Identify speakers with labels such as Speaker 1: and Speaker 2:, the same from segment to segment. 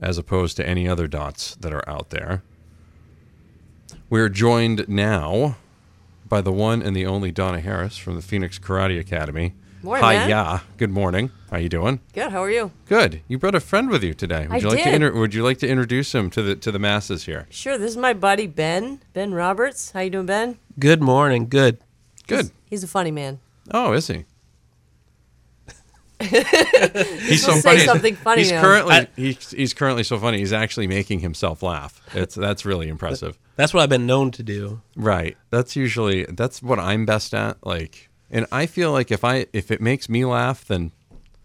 Speaker 1: as opposed to any other dots that are out there. We're joined now by the one and the only Donna Harris from the Phoenix Karate Academy.
Speaker 2: Morning,
Speaker 1: Hi,
Speaker 2: man.
Speaker 1: yeah. Good morning. How you doing?
Speaker 2: Good. How are you?
Speaker 1: Good. You brought a friend with you today. Would
Speaker 2: I
Speaker 1: you like to
Speaker 2: did.
Speaker 1: inter- would you like to introduce him to the to the masses here?
Speaker 2: Sure. This is my buddy Ben. Ben Roberts. How you doing, Ben?
Speaker 3: Good morning. Good.
Speaker 1: Good.
Speaker 2: He's a funny man.
Speaker 1: Oh, is he? he's so
Speaker 2: Say
Speaker 1: funny.
Speaker 2: something funny
Speaker 1: He's
Speaker 2: now.
Speaker 1: currently
Speaker 3: I-
Speaker 1: he's, he's currently so funny. He's actually making himself laugh. It's that's really impressive.
Speaker 3: That's what I've been known to do.
Speaker 1: Right. That's usually that's what I'm best at. Like, and I feel like if I if it makes me laugh, then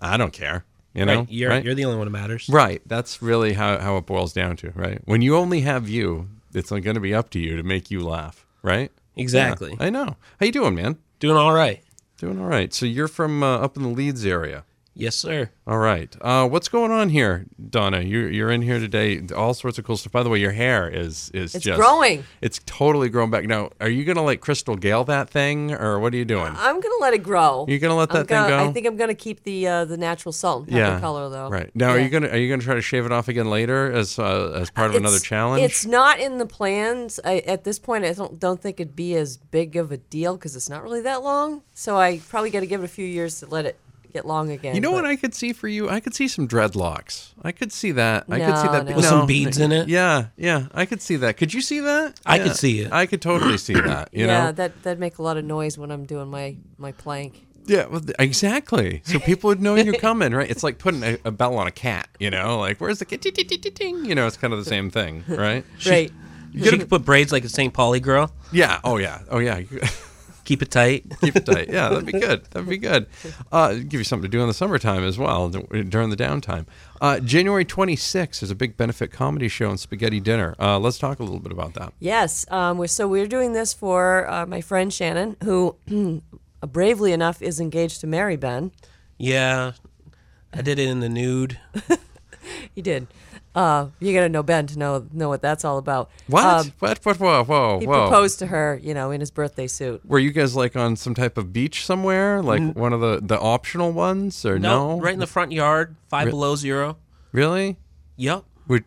Speaker 1: I don't care. You know,
Speaker 3: right? You're
Speaker 1: right?
Speaker 3: you're the only one that matters.
Speaker 1: right. That's really how how it boils down to. Right. When you only have you, it's going to be up to you to make you laugh. Right.
Speaker 3: Exactly.
Speaker 1: Yeah. I know. How you doing, man?
Speaker 3: Doing all right.
Speaker 1: Doing all right. So you're from uh, up in the Leeds area.
Speaker 3: Yes, sir.
Speaker 1: All right. Uh, what's going on here, Donna? You're you're in here today. All sorts of cool stuff. By the way, your hair is is
Speaker 2: It's
Speaker 1: just
Speaker 2: growing.
Speaker 1: It's totally grown back. Now, are you gonna like Crystal Gale that thing, or what are you doing?
Speaker 2: I'm gonna let it grow.
Speaker 1: You're gonna let
Speaker 2: I'm
Speaker 1: that thing
Speaker 2: gonna-
Speaker 1: go?
Speaker 2: I think I'm gonna keep the uh, the natural salt and pepper color though.
Speaker 1: Right now, are
Speaker 2: Yeah.
Speaker 1: you gonna are you gonna try to shave it off again later as uh, as part of another
Speaker 2: It's-
Speaker 1: challenge?
Speaker 2: It's not in the plans I, at this point. I don't don't think it'd be as big of a deal because it's not really that long. So I probably got to give it a few years to let it get long again.
Speaker 1: you know
Speaker 2: but-
Speaker 1: what I could see for you? I could see some dreadlocks. I could see that. I could see
Speaker 2: No,
Speaker 1: that
Speaker 2: no.
Speaker 1: be-
Speaker 3: With some beads in it?
Speaker 1: Yeah, yeah. I could see that. Could you see that?
Speaker 3: I
Speaker 1: Yeah,
Speaker 3: could see it.
Speaker 1: I could totally see that. You
Speaker 2: yeah,
Speaker 1: know?
Speaker 2: that that'd make a lot of noise when I'm doing my my plank.
Speaker 1: Yeah, well, th- exactly. So people would know you're coming, right? It's like putting a, a bell on a cat, you know? Like, where's the cat? Ting, ting, ting, ting, ting. You know, it's kind of the same thing, right?
Speaker 2: Right.
Speaker 3: You could put braids like a St. Pauli girl.
Speaker 1: Yeah. Oh, yeah. Oh, yeah.
Speaker 3: Keep it tight.
Speaker 1: Keep it tight. Yeah, that'd be good. That'd be good. Uh, give you something to do in the summertime as well d- during the downtime. Uh, January 26th is a big benefit comedy show and spaghetti dinner. Uh, let's talk a little bit about that.
Speaker 2: Yes. Um, we're, so we're doing this for uh, my friend Shannon, who bravely enough is engaged to marry Ben.
Speaker 3: Yeah. I did it in the nude.
Speaker 2: He did. Uh, you got to know Ben to know know what that's all about.
Speaker 1: What?
Speaker 2: Um,
Speaker 1: what? What? Whoa! Whoa!
Speaker 2: he
Speaker 1: whoa!
Speaker 2: proposed to her, you know, in his birthday suit.
Speaker 1: Were you guys like on some type of beach somewhere, like one of the the optional ones, or no?
Speaker 3: Right in the front yard, five below zero.
Speaker 1: Really?
Speaker 3: Yep.
Speaker 1: Would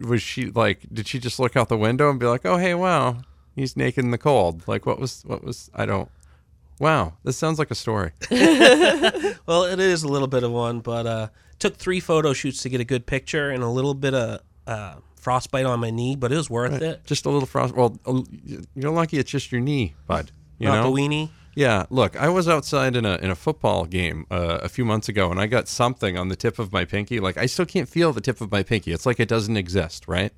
Speaker 1: was she like? Did she just look out the window and be like, "Oh, hey, wow, he's naked in the cold"? Like, what was? What was? I don't. Wow, this sounds like a story.
Speaker 3: Well, it is a little bit of one, but uh took three photo shoots to get a good picture and a little bit of uh frostbite on my knee, but it was worth it.
Speaker 1: just a little frost. Well, a l- you're lucky it's just your knee, bud. You
Speaker 3: Not
Speaker 1: know.
Speaker 3: the weenie.
Speaker 1: Yeah, look, I was outside in a in a football game uh, a few months ago, and I got something on the tip of my pinky. Like I still can't feel the tip of my pinky. It's like it doesn't exist, right?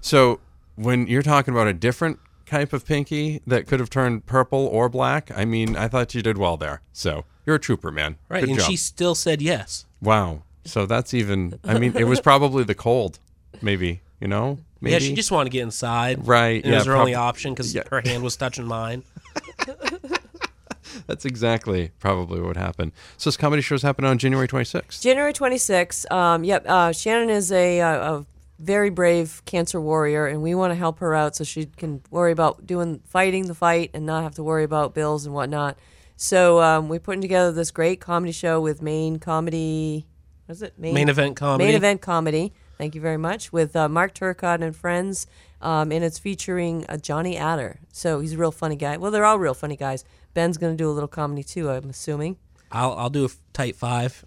Speaker 1: So when you're talking about a different type of pinky that could have turned purple or black, I mean, I thought you did well there. So you're a trooper, man.
Speaker 3: Right.
Speaker 1: Good
Speaker 3: and
Speaker 1: job.
Speaker 3: she still said yes.
Speaker 1: wow. So that's even. I mean, it was probably the cold, maybe. You know, maybe.
Speaker 3: Yeah, she just wanted to get inside.
Speaker 1: Right,
Speaker 3: And
Speaker 1: yeah,
Speaker 3: it was her only
Speaker 1: prob-
Speaker 3: option because her hand was touching mine.
Speaker 1: That's exactly probably what happened. So this comedy show's happened on January 26th.
Speaker 2: January 26th. Um, yep. Uh, Shannon is a, uh a very brave cancer warrior, and we want to help her out so she can worry about doing fighting the fight and not have to worry about bills and whatnot. So um, we're putting together this great comedy show with Maine Comedy. What is it?
Speaker 3: Main Event Comedy.
Speaker 2: Main Event Comedy. Thank you very much. With uh, Mark Turcotte and friends, um, and it's featuring uh, Johnny Adder. So he's a real funny guy. Well, they're all real funny guys. Ben's going to do a little comedy too, I'm assuming.
Speaker 3: I'll I'll do a f- tight five.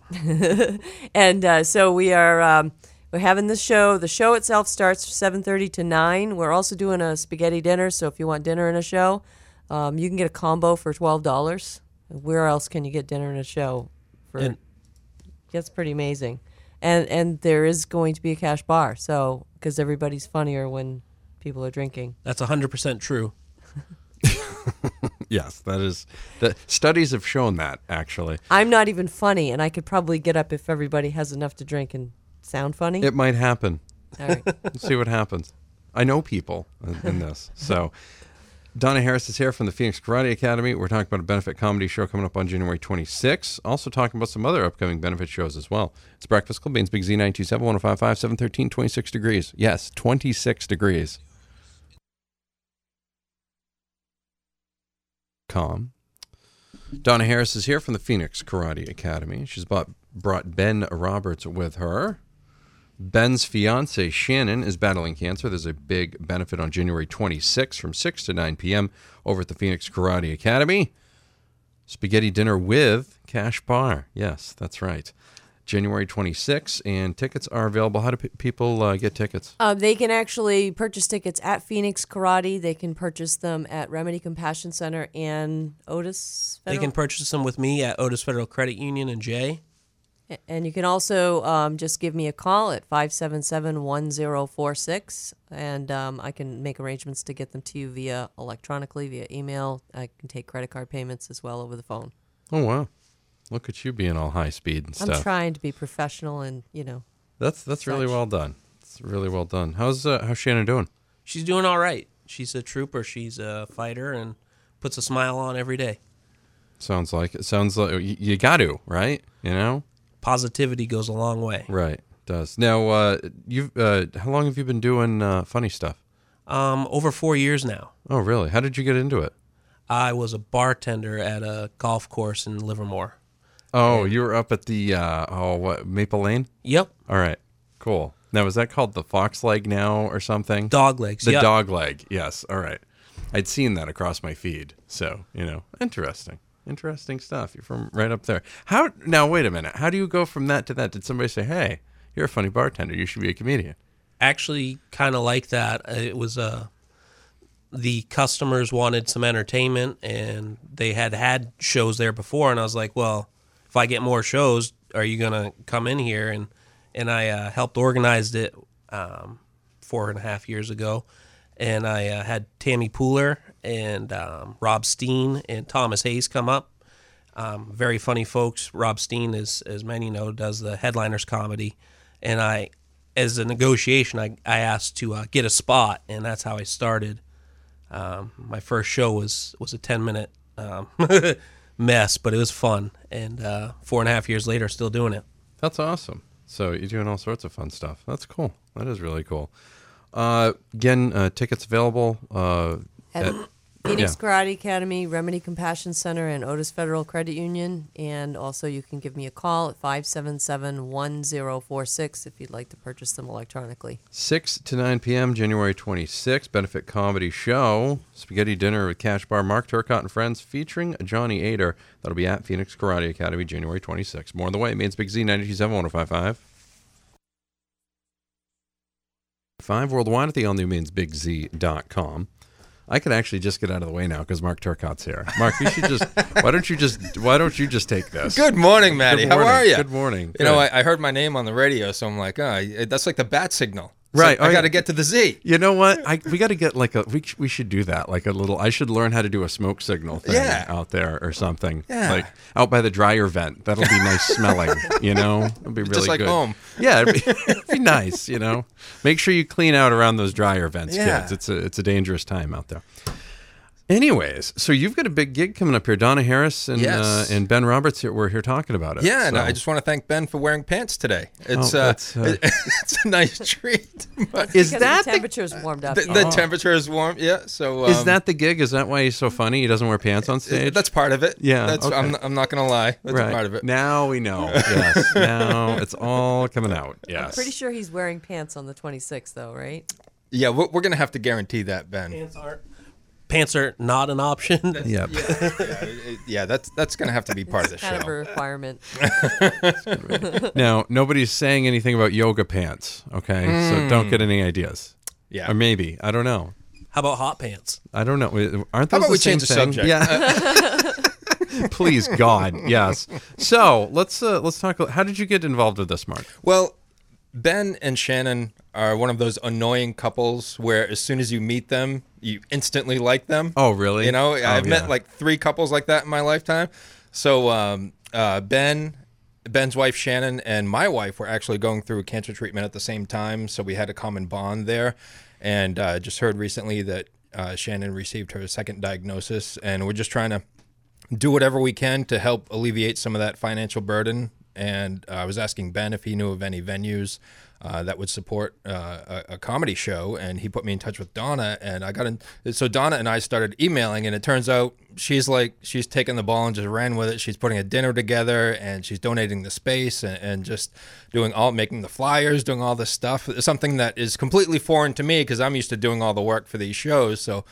Speaker 2: and uh, so we are um, we're having this show. The show itself starts 7:30 to 9. We're also doing a spaghetti dinner, so if you want dinner and a show, um, you can get a combo for twelve dollars. Where else can you get dinner and a show? For
Speaker 3: And-
Speaker 2: that's pretty amazing. And and there is going to be a cash bar, so because everybody's funnier when people are drinking.
Speaker 3: That's hundred percent true.
Speaker 1: Yes, that is. The studies have shown that actually,
Speaker 2: I'm not even funny, and I could probably get up if everybody has enough to drink and sound funny.
Speaker 1: it might happen.
Speaker 2: All right.
Speaker 1: Let's see what happens. I know people in, in this. So, Donna Harris is here from the Phoenix Karate Academy. We're talking about a benefit comedy show coming up on January 26th. Also, talking about some other upcoming benefit shows as well. It's Breakfast Club, Beans Big Z 927 1055 713 26 degrees. Yes, 26 degrees. Com. Donna Harris is here from the Phoenix Karate Academy. She's bought, brought Ben Roberts with her. Ben's fiance Shannon is battling cancer. There's a big benefit on January 26 from 6 to 9 p.m. over at the Phoenix Karate Academy. Spaghetti dinner with Cash Bar. Yes, that's right. January 26, and tickets are available. How do pe- people uh, get tickets?
Speaker 2: Um, they can actually purchase tickets at Phoenix Karate. They can purchase them at Remedy Compassion Center and Otis.
Speaker 3: They
Speaker 2: Federal.
Speaker 3: can purchase them with me at Otis Federal Credit Union and Jay.
Speaker 2: And you can also um, just give me a call at 577 1046, and um, I can make arrangements to get them to you via electronically, via email. I can take credit card payments as well over the phone.
Speaker 1: Oh, wow. Look at you being all high speed and stuff.
Speaker 2: I'm trying to be professional and, you know,
Speaker 1: That's that's really
Speaker 2: Such.
Speaker 1: well done. It's really well done. How's uh, how's Shannon doing?
Speaker 3: She's doing all right. She's a trooper. She's a fighter and puts a smile on every day.
Speaker 1: Sounds like it sounds like you, you got to right. You know,
Speaker 3: Positivity goes a long way.
Speaker 1: Right. Does now? Uh, you've uh, how long have you been doing uh, funny stuff?
Speaker 3: Um, over four years now,
Speaker 1: Oh, really? How did you get into it?
Speaker 3: I was a bartender at a golf course in Livermore.
Speaker 1: Oh, you were up at the uh, oh what Maple Lane?
Speaker 3: Yep,
Speaker 1: All right, cool. Now is that called the Fox Leg now or something?
Speaker 3: dog legs.
Speaker 1: the
Speaker 3: yep.
Speaker 1: dog leg. Yes. All right. I'd seen that across my feed. So you know, interesting, interesting stuff. You're from right up there. How now? Wait a minute. How do you go from that to that? Did somebody say, "Hey, you're a funny bartender. You should be a comedian"?
Speaker 3: Actually, kind of like that. Uh, It was uh, the customers wanted some entertainment, and they had had shows there before, and I was like, well, if I get more shows, are you gonna come in here? And and I uh, helped organize it um, four and a half years ago, and I uh, had Tammy Pooler and um, Rob Steen and Thomas Hayes come up. um, very funny folks. Rob Steen, is, as many know, does the headliners comedy, and I, as a negotiation, I, I asked to uh, get a spot, and that's how I started. Um, my first show was was a ten minute um, mess, but it was fun, and uh, four and a half years later, still doing it.
Speaker 1: That's awesome. So you're doing all sorts of fun stuff. That's cool. That is really cool. Uh, again, uh, tickets available. Uh,
Speaker 2: at
Speaker 1: at-
Speaker 2: Phoenix
Speaker 1: yeah.
Speaker 2: Karate Academy, Remedy Compassion Center, and Otis Federal Credit Union. And also, you can give me a call at 577 1046 if you'd like to purchase them electronically.
Speaker 1: 6 to 9 p.m., January 26th, benefit comedy show, spaghetti dinner with Cash Bar, Mark Turcott and friends, featuring Johnny Ader. That'll be at Phoenix Karate Academy, January 26th. More on the way. Maine's Big Z, 927-1055. Five worldwide at the all-new mainsbigz.com. I could actually just get out of the way now because Mark Turcott's here. Mark, you should just. why don't you just? Why don't you just take this?
Speaker 4: Good morning, Maddie.
Speaker 1: Good
Speaker 4: How
Speaker 1: morning.
Speaker 4: are you?
Speaker 1: Good morning.
Speaker 4: You know,
Speaker 1: Good.
Speaker 4: I, I heard my name on the radio, so I'm like, ah, oh, that's like the bat signal. It's
Speaker 1: Right.
Speaker 4: like,
Speaker 1: Oh,
Speaker 4: I
Speaker 1: yeah.
Speaker 4: got to get to the Z.
Speaker 1: You know what? I, we got to get like a we sh- we should do that like a little. I should learn how to do a smoke signal thing
Speaker 4: Yeah.
Speaker 1: out there or something.
Speaker 4: Yeah.
Speaker 1: Like out by the dryer vent. That'll be nice smelling. You know, it'll be really
Speaker 4: Just like
Speaker 1: good.
Speaker 4: home.
Speaker 1: Yeah, it'd be, it'd be nice. You know, make sure you clean out around those dryer vents,
Speaker 4: Yeah.
Speaker 1: kids. It's a it's a dangerous time out there. Anyways, so you've got a big gig coming up here. Donna Harris and
Speaker 4: Yes.
Speaker 1: uh, and Ben Roberts here, were here talking about it.
Speaker 4: Yeah, and
Speaker 1: So-
Speaker 4: I just want to thank Ben for wearing pants today. It's
Speaker 1: Oh,
Speaker 4: uh,
Speaker 1: that's, uh,
Speaker 4: it's a nice treat. But
Speaker 1: is
Speaker 2: Because
Speaker 1: that the,
Speaker 2: the temperature's warmed up.
Speaker 4: the,
Speaker 2: yeah.
Speaker 4: the temperature is warm. Yeah, so um,
Speaker 1: is that the gig? Is that why he's so funny? He doesn't wear pants on stage.
Speaker 4: that's part of it.
Speaker 1: Yeah,
Speaker 4: that's
Speaker 1: okay.
Speaker 4: I'm, I'm not gonna lie. That's part of it.
Speaker 1: Now we know. yes. Now it's all coming out. Yes.
Speaker 2: I'm pretty sure he's wearing pants on the 26th, though, right?
Speaker 4: Yeah, we're, we're gonna have to guarantee that, Ben.
Speaker 3: Pants are pants are not an option.
Speaker 1: Yep.
Speaker 4: Yeah, that's that's gonna have to be part of the
Speaker 2: Kind of a
Speaker 4: show.
Speaker 2: requirement.
Speaker 1: Now nobody's saying anything about yoga pants. Okay. So don't get any ideas.
Speaker 4: Hmm. Yeah.
Speaker 1: Or maybe I don't know.
Speaker 3: How about hot pants?
Speaker 1: I don't know. Aren't those
Speaker 4: How about
Speaker 1: the
Speaker 4: we
Speaker 1: same
Speaker 4: change the
Speaker 1: thing?
Speaker 4: subject? Uh,
Speaker 1: Yeah. Please God, yes. So let's uh, let's talk. How did you get involved with this, Mark?
Speaker 4: Well, Ben and Shannon are one of those annoying couples where as soon as you meet them, you instantly like them.
Speaker 1: Oh, really?
Speaker 4: You know,
Speaker 1: Oh,
Speaker 4: I've
Speaker 1: yeah.
Speaker 4: met like three couples like that in my lifetime. So um, uh, Ben, Ben's wife Shannon, and my wife were actually going through cancer treatment at the same time, so we had a common bond there. And uh, just heard recently that uh, Shannon received her second diagnosis, and we're just trying to do whatever we can to help alleviate some of that financial burden. And uh, I was asking Ben if he knew of any venues uh, that would support uh, a, a comedy show, and he put me in touch with Donna. And I got in. So Donna and I started emailing, and it turns out she's like she's taken the ball and just ran with it. She's putting a dinner together, and she's donating the space, and, and just doing all making the flyers, doing all this stuff. It's something that is completely foreign to me because I'm used to doing all the work for these shows. So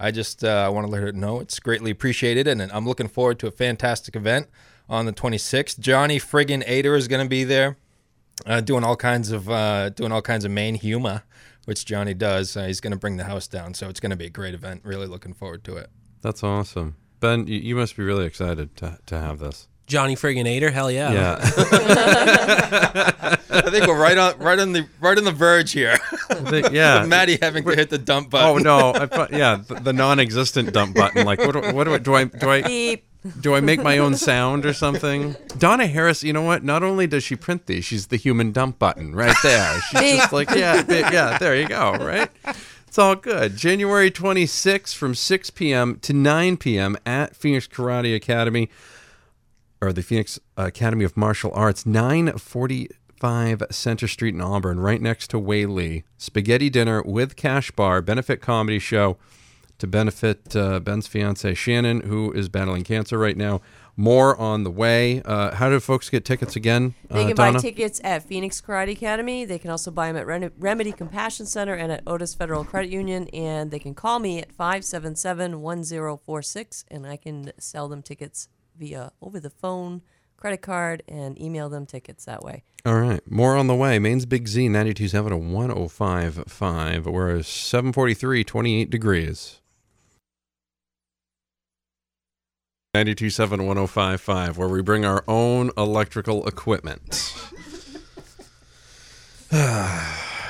Speaker 4: I just uh, want to let her know it's greatly appreciated, and I'm looking forward to a fantastic event on the 26th. Johnny friggin' Ader is going to be there, uh, doing all kinds of uh, doing all kinds of main humor, which Johnny does. Uh, he's going to bring the house down, so it's going to be a great event. Really looking forward to it.
Speaker 1: That's awesome. Ben, you, you must be really excited to, to have this.
Speaker 3: Johnny friggin' Ader, hell
Speaker 4: Oh.
Speaker 3: yeah.
Speaker 1: Yeah.
Speaker 4: I think we're right on right on the right on the verge here.
Speaker 1: I think- yeah.
Speaker 4: Maddie having to hit the dump button.
Speaker 1: Oh no! I, fu- yeah, the, the non-existent dump button. Like, what? Do, what do I do? I do I
Speaker 2: Beep.
Speaker 1: do I make my own sound or something? Donna Harris. You know what? Not only does she print these, she's the human dump button right there. She's just like, yeah, bi- yeah. There you go. Right. It's all good. January 26th from 6 p.m. to 9 p.m. at Phoenix Karate Academy or the Phoenix Academy of Martial Arts, 945 Center Street in Auburn, right next to Whaley. Spaghetti dinner with Cash Bar, benefit comedy show to benefit uh, Ben's fiance Shannon, who is battling cancer right now. More on the way. Uh, how do folks get tickets again?
Speaker 2: They
Speaker 1: uh,
Speaker 2: can
Speaker 1: Donna?
Speaker 2: buy tickets at Phoenix Karate Academy. They can also buy them at Ren- Remedy Compassion Center and at Otis Federal Credit Union. And they can call me at 577 1046 and I can sell them tickets via over the phone, credit card, and email them tickets that way.
Speaker 1: All right. More on the way. Maine's Big Z, 927 to 1055. We're 743, 28 degrees. 927 1055, where we bring our own electrical equipment.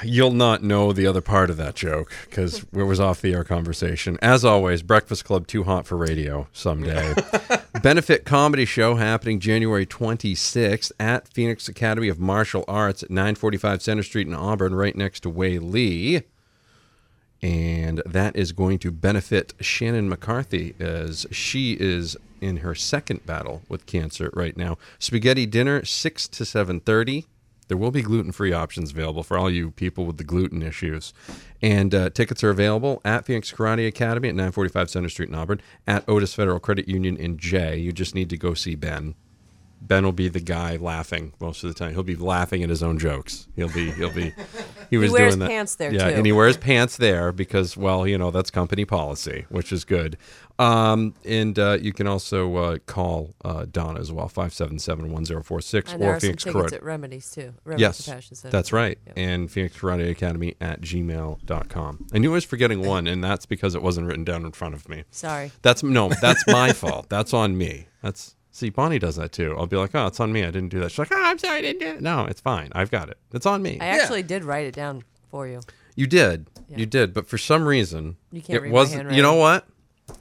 Speaker 1: You'll not know the other part of that joke because it was off the air conversation. As always, Breakfast Club too hot for radio someday. Benefit comedy show happening January 26th at Phoenix Academy of Martial Arts at 945 Center Street in Auburn, right next to Way Lee. And that is going to benefit Shannon McCarthy as she is in her second battle with cancer right now. Spaghetti dinner, 6 to 7.30. There will be gluten-free options available for all you people with the gluten issues. And uh, tickets are available at Phoenix Karate Academy at 945 Center Street in Auburn, at Otis Federal Credit Union in Jay. You just need to go see Ben. Ben will be the guy laughing most of the time. He'll be laughing at his own jokes. He'll be he'll be he was
Speaker 2: wears
Speaker 1: doing that.
Speaker 2: pants there,
Speaker 1: yeah,
Speaker 2: too.
Speaker 1: and he wears pants there because well, you know that's company policy, which is good. Um, and uh, you can also uh, call uh, Donna as well 577-1046
Speaker 2: And there
Speaker 1: or
Speaker 2: are some
Speaker 1: Phoenix
Speaker 2: tickets
Speaker 1: Karate.
Speaker 2: at Remedies too. Remedy Compassion
Speaker 1: Yes,
Speaker 2: Center.
Speaker 1: that's right. And Phoenix Karate Academy at gmail.com. I knew I was forgetting one, and that's because it wasn't written down in front of me.
Speaker 2: Sorry.
Speaker 1: That's no, that's my fault. That's on me. That's see, Bonnie does that too. I'll be like, oh, it's on me. I didn't do that. She's like, oh, I'm sorry, I didn't do it. No, it's fine. I've got it. It's on me.
Speaker 2: I actually did write it down for you.
Speaker 1: you did, you did, but for some reason,
Speaker 2: You can't
Speaker 1: it
Speaker 2: read my
Speaker 1: was. You know
Speaker 2: handwriting.
Speaker 1: what?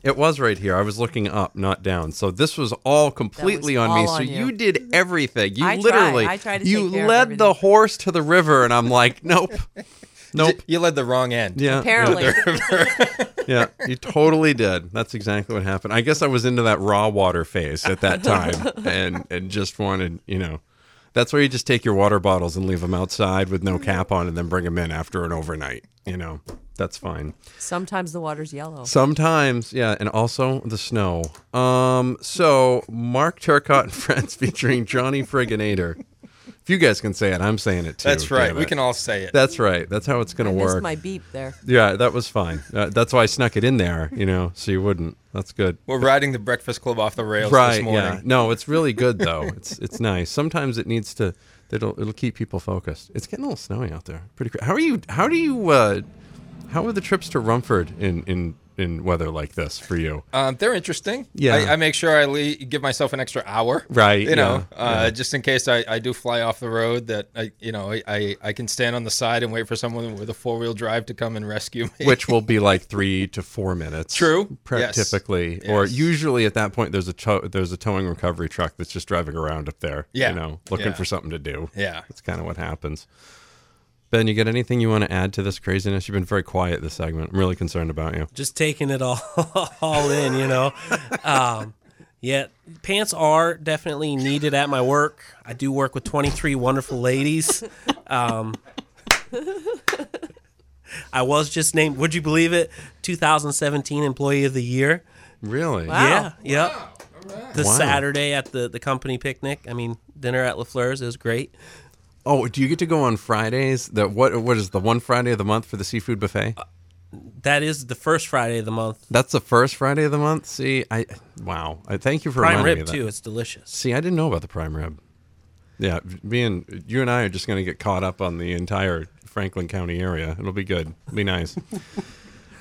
Speaker 1: It was right here. I was looking up, not down. So this was all completely on me.
Speaker 2: all
Speaker 1: so
Speaker 2: on
Speaker 1: you.
Speaker 2: you.
Speaker 1: did everything. You
Speaker 2: I tried.
Speaker 1: literally,
Speaker 2: I tried to
Speaker 1: you
Speaker 2: take care of
Speaker 1: led the
Speaker 2: everything.
Speaker 1: horse to the river, and I'm like, nope, nope.
Speaker 4: You led the wrong end.
Speaker 1: Oh, Yeah,
Speaker 2: Apparently,
Speaker 1: Yeah, you totally did. That's exactly what happened. I guess I was into that raw water phase at that time and and just wanted, you know, that's where you just take your water bottles and leave them outside with
Speaker 2: Mm-hmm.
Speaker 1: no cap on and then bring them in after an overnight, you know. That's fine.
Speaker 2: sometimes the water's yellow.
Speaker 1: Sometimes, yeah, and also the snow. Um, so Mark Turcott and friends featuring Johnny Frigginator. If you guys can say it, I'm saying it too.
Speaker 4: That's right.
Speaker 1: damn
Speaker 4: We
Speaker 1: it.
Speaker 4: can all say it.
Speaker 1: That's right. That's how it's going to
Speaker 2: Missed
Speaker 1: work.
Speaker 2: my beep there.
Speaker 1: Yeah, that was fine. Uh, that's why I snuck it in there, you know, so you wouldn't. That's good.
Speaker 4: We're riding the Breakfast Club off the rails
Speaker 1: Right?
Speaker 4: this
Speaker 1: Yeah.
Speaker 4: morning.
Speaker 1: No, it's really good though. It's it's nice. Sometimes it needs to. It'll it'll keep people focused. It's getting a little snowy out there. Pretty. Cra- how are you? How do you? uh How are the trips to Rumford in in in weather like this for you?
Speaker 4: Um, they're interesting.
Speaker 1: Yeah.
Speaker 4: I, I make sure I le- give myself an extra hour.
Speaker 1: Right,
Speaker 4: You know,
Speaker 1: yeah,
Speaker 4: uh, just in case I, I do fly off the road, that I you know I, I, I can stand on the side and wait for someone with a four wheel drive to come and rescue me.
Speaker 1: Which will be like three to four minutes.
Speaker 4: True.
Speaker 1: pre-
Speaker 4: Yes.
Speaker 1: Typically, or
Speaker 4: Yes.
Speaker 1: usually at that point, there's a tow- there's a towing recovery truck that's just driving around up there.
Speaker 4: Yeah.
Speaker 1: You know, looking
Speaker 4: Yeah.
Speaker 1: for something to do.
Speaker 4: Yeah.
Speaker 1: That's kind of what happens. Ben, you got anything you want to add to this craziness? You've been very quiet this segment. I'm really concerned about you.
Speaker 3: just taking it all all in, you know. Um, yeah, pants are definitely needed at my work. I do work with 23 wonderful ladies. Um, I was just named, would you believe it, 2017 Employee of the Year.
Speaker 1: Really?
Speaker 3: Yeah, yep. The
Speaker 1: Wow.
Speaker 3: Saturday at the, the company picnic, I mean, dinner at LaFleur's is great.
Speaker 1: Oh, do you get to go on Fridays? That what what is the one Friday of the month for the seafood buffet?
Speaker 3: That is the first Friday of the month.
Speaker 1: That's the first Friday of the month. See, I wow. I thank you for
Speaker 3: Prime
Speaker 1: reminding me
Speaker 3: rib,
Speaker 1: of that.
Speaker 3: too. It's delicious.
Speaker 1: See, I didn't know about the prime rib. Yeah, me and you and I are just going to get caught up on the entire Franklin County area. It'll be good. It'll be nice.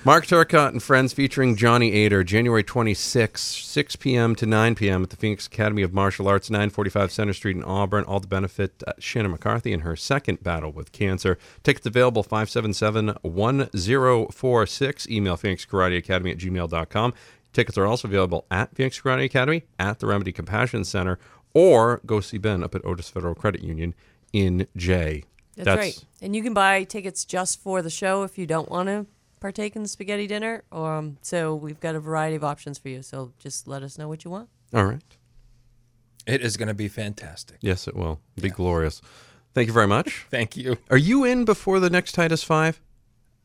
Speaker 1: Mark Turcott and friends featuring Johnny Ader, January 26, 6 p.m. to 9 p.m. at the Phoenix Academy of Martial Arts, 945 Center Street in Auburn. All to benefit uh, Shannon McCarthy in her second battle with cancer. Tickets available 577-1046. Email phoenixkarateacademy at gmail.com. Tickets are also available at Phoenix Karate Academy, at the Remedy Compassion Center, or go see Ben up at Otis Federal Credit Union in J.
Speaker 2: That's, right. And you can buy tickets just for the show if you don't want to partake in the spaghetti dinner. Um, so we've got a variety of options for you. So just let us know what you want.
Speaker 1: All right.
Speaker 4: It is going to be fantastic.
Speaker 1: Yes, it will. Be glorious. Thank you very much.
Speaker 4: Thank you.
Speaker 1: Are you in before the next Titus 5?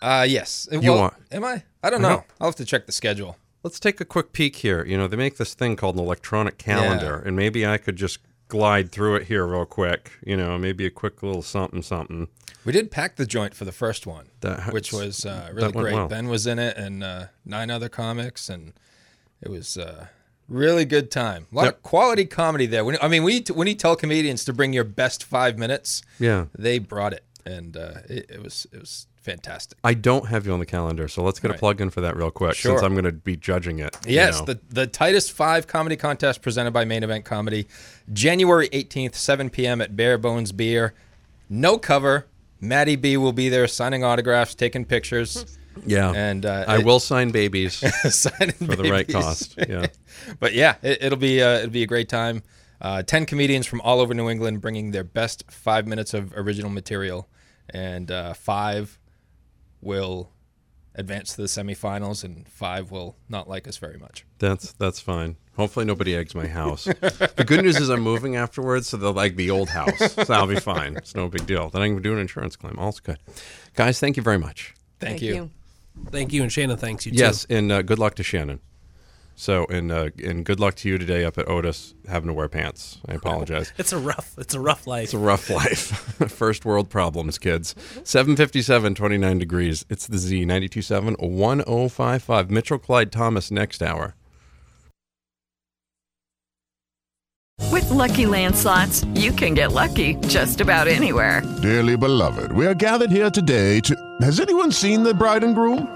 Speaker 4: Uh, yes. You
Speaker 1: are.
Speaker 4: Am I? I don't know. I'll have to check the schedule.
Speaker 1: Let's take a quick peek here. You know, they make this thing called an electronic calendar, and maybe I could just glide through it here real quick. You know, maybe a quick little something something.
Speaker 4: We did pack the joint for the first one,
Speaker 1: That-
Speaker 4: which was uh, really
Speaker 1: that went
Speaker 4: great.
Speaker 1: well.
Speaker 4: Ben was in it, and uh, nine other comics, and it was uh, really good time. A lot of quality comedy there. When, I mean, we when you tell comedians to bring your best five minutes,
Speaker 1: Yeah.
Speaker 4: they brought it, and uh, it, it was it was fantastic.
Speaker 1: I don't have you on the calendar, so let's get a
Speaker 4: Right.
Speaker 1: plug in for that real quick since
Speaker 4: Sure.
Speaker 1: I'm going to be judging it. you
Speaker 4: Yes,
Speaker 1: know.
Speaker 4: the, the Titus 5 Comedy Contest presented by Main Event Comedy, January 18th, 7 p.m. at Bare Bones Beer. No cover. Maddie B will be there signing autographs, taking pictures,
Speaker 1: yeah.
Speaker 4: and uh,
Speaker 1: I
Speaker 4: it-
Speaker 1: will sign babies for
Speaker 4: signing for
Speaker 1: the right cost. Yeah.
Speaker 4: But yeah, it, it'll be uh, it'll be a great time. Uh, Ten comedians from all over New England bringing their best five minutes of original material, and uh, five will advance to the semifinals, and five will not like us very much.
Speaker 1: That's that's fine. Hopefully nobody eggs my house. the good news is I'm moving afterwards, so they'll like the old house. So I'll be fine. It's no big deal. Then I can do an insurance claim. All's good. Guys, thank you very much.
Speaker 4: Thank, you.
Speaker 3: Thank you, and Shannon thanks you, too.
Speaker 1: Yes, and uh, good luck to Shannon. So and uh, and good luck to you today up at Otis having to wear pants. I apologize.
Speaker 3: It's a rough, it's a rough life.
Speaker 1: It's a rough life. First world problems, kids. 757, 29 degrees. It's the Z 927 1055. Mitchell Clyde Thomas next hour.
Speaker 5: With Lucky Land slots, you can get lucky just about anywhere.
Speaker 6: Dearly beloved, we are gathered here today to. Has anyone seen the bride and groom?